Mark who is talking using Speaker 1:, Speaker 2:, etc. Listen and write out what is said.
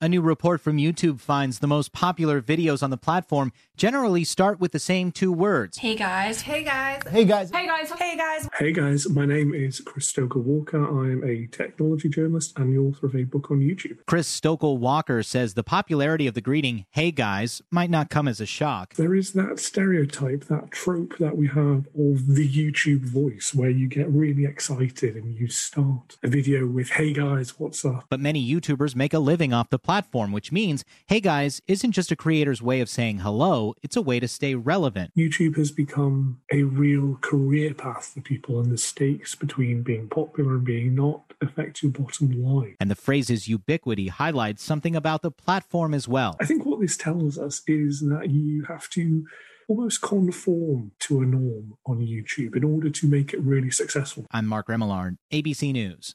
Speaker 1: A new report from YouTube finds the most popular videos on the platform generally start with the same two words.
Speaker 2: Hey guys.
Speaker 3: Hey guys.
Speaker 4: Hey guys.
Speaker 3: Hey guys. Hey guys.
Speaker 5: Hey guys. My name is Chris Stoker Walker. I am a technology journalist and the author of a book on YouTube.
Speaker 1: Chris Stokel Walker says the popularity of the greeting, hey guys, might not come as a shock.
Speaker 5: There is that stereotype, that trope that we have of the YouTube voice where you get really excited and you start a video with, hey guys, what's up?
Speaker 1: But many YouTubers make a living off the platform, which means, hey guys, isn't just a creator's way of saying hello, it's a way to stay relevant.
Speaker 5: YouTube has become a real career path for people, and the stakes between being popular and being not affect your bottom line.
Speaker 1: And the phrase's ubiquity highlights something about the platform as well.
Speaker 5: I think what this tells us is that you have to almost conform to a norm on YouTube in order to make it really successful.
Speaker 1: I'm Mark Remillard, ABC News.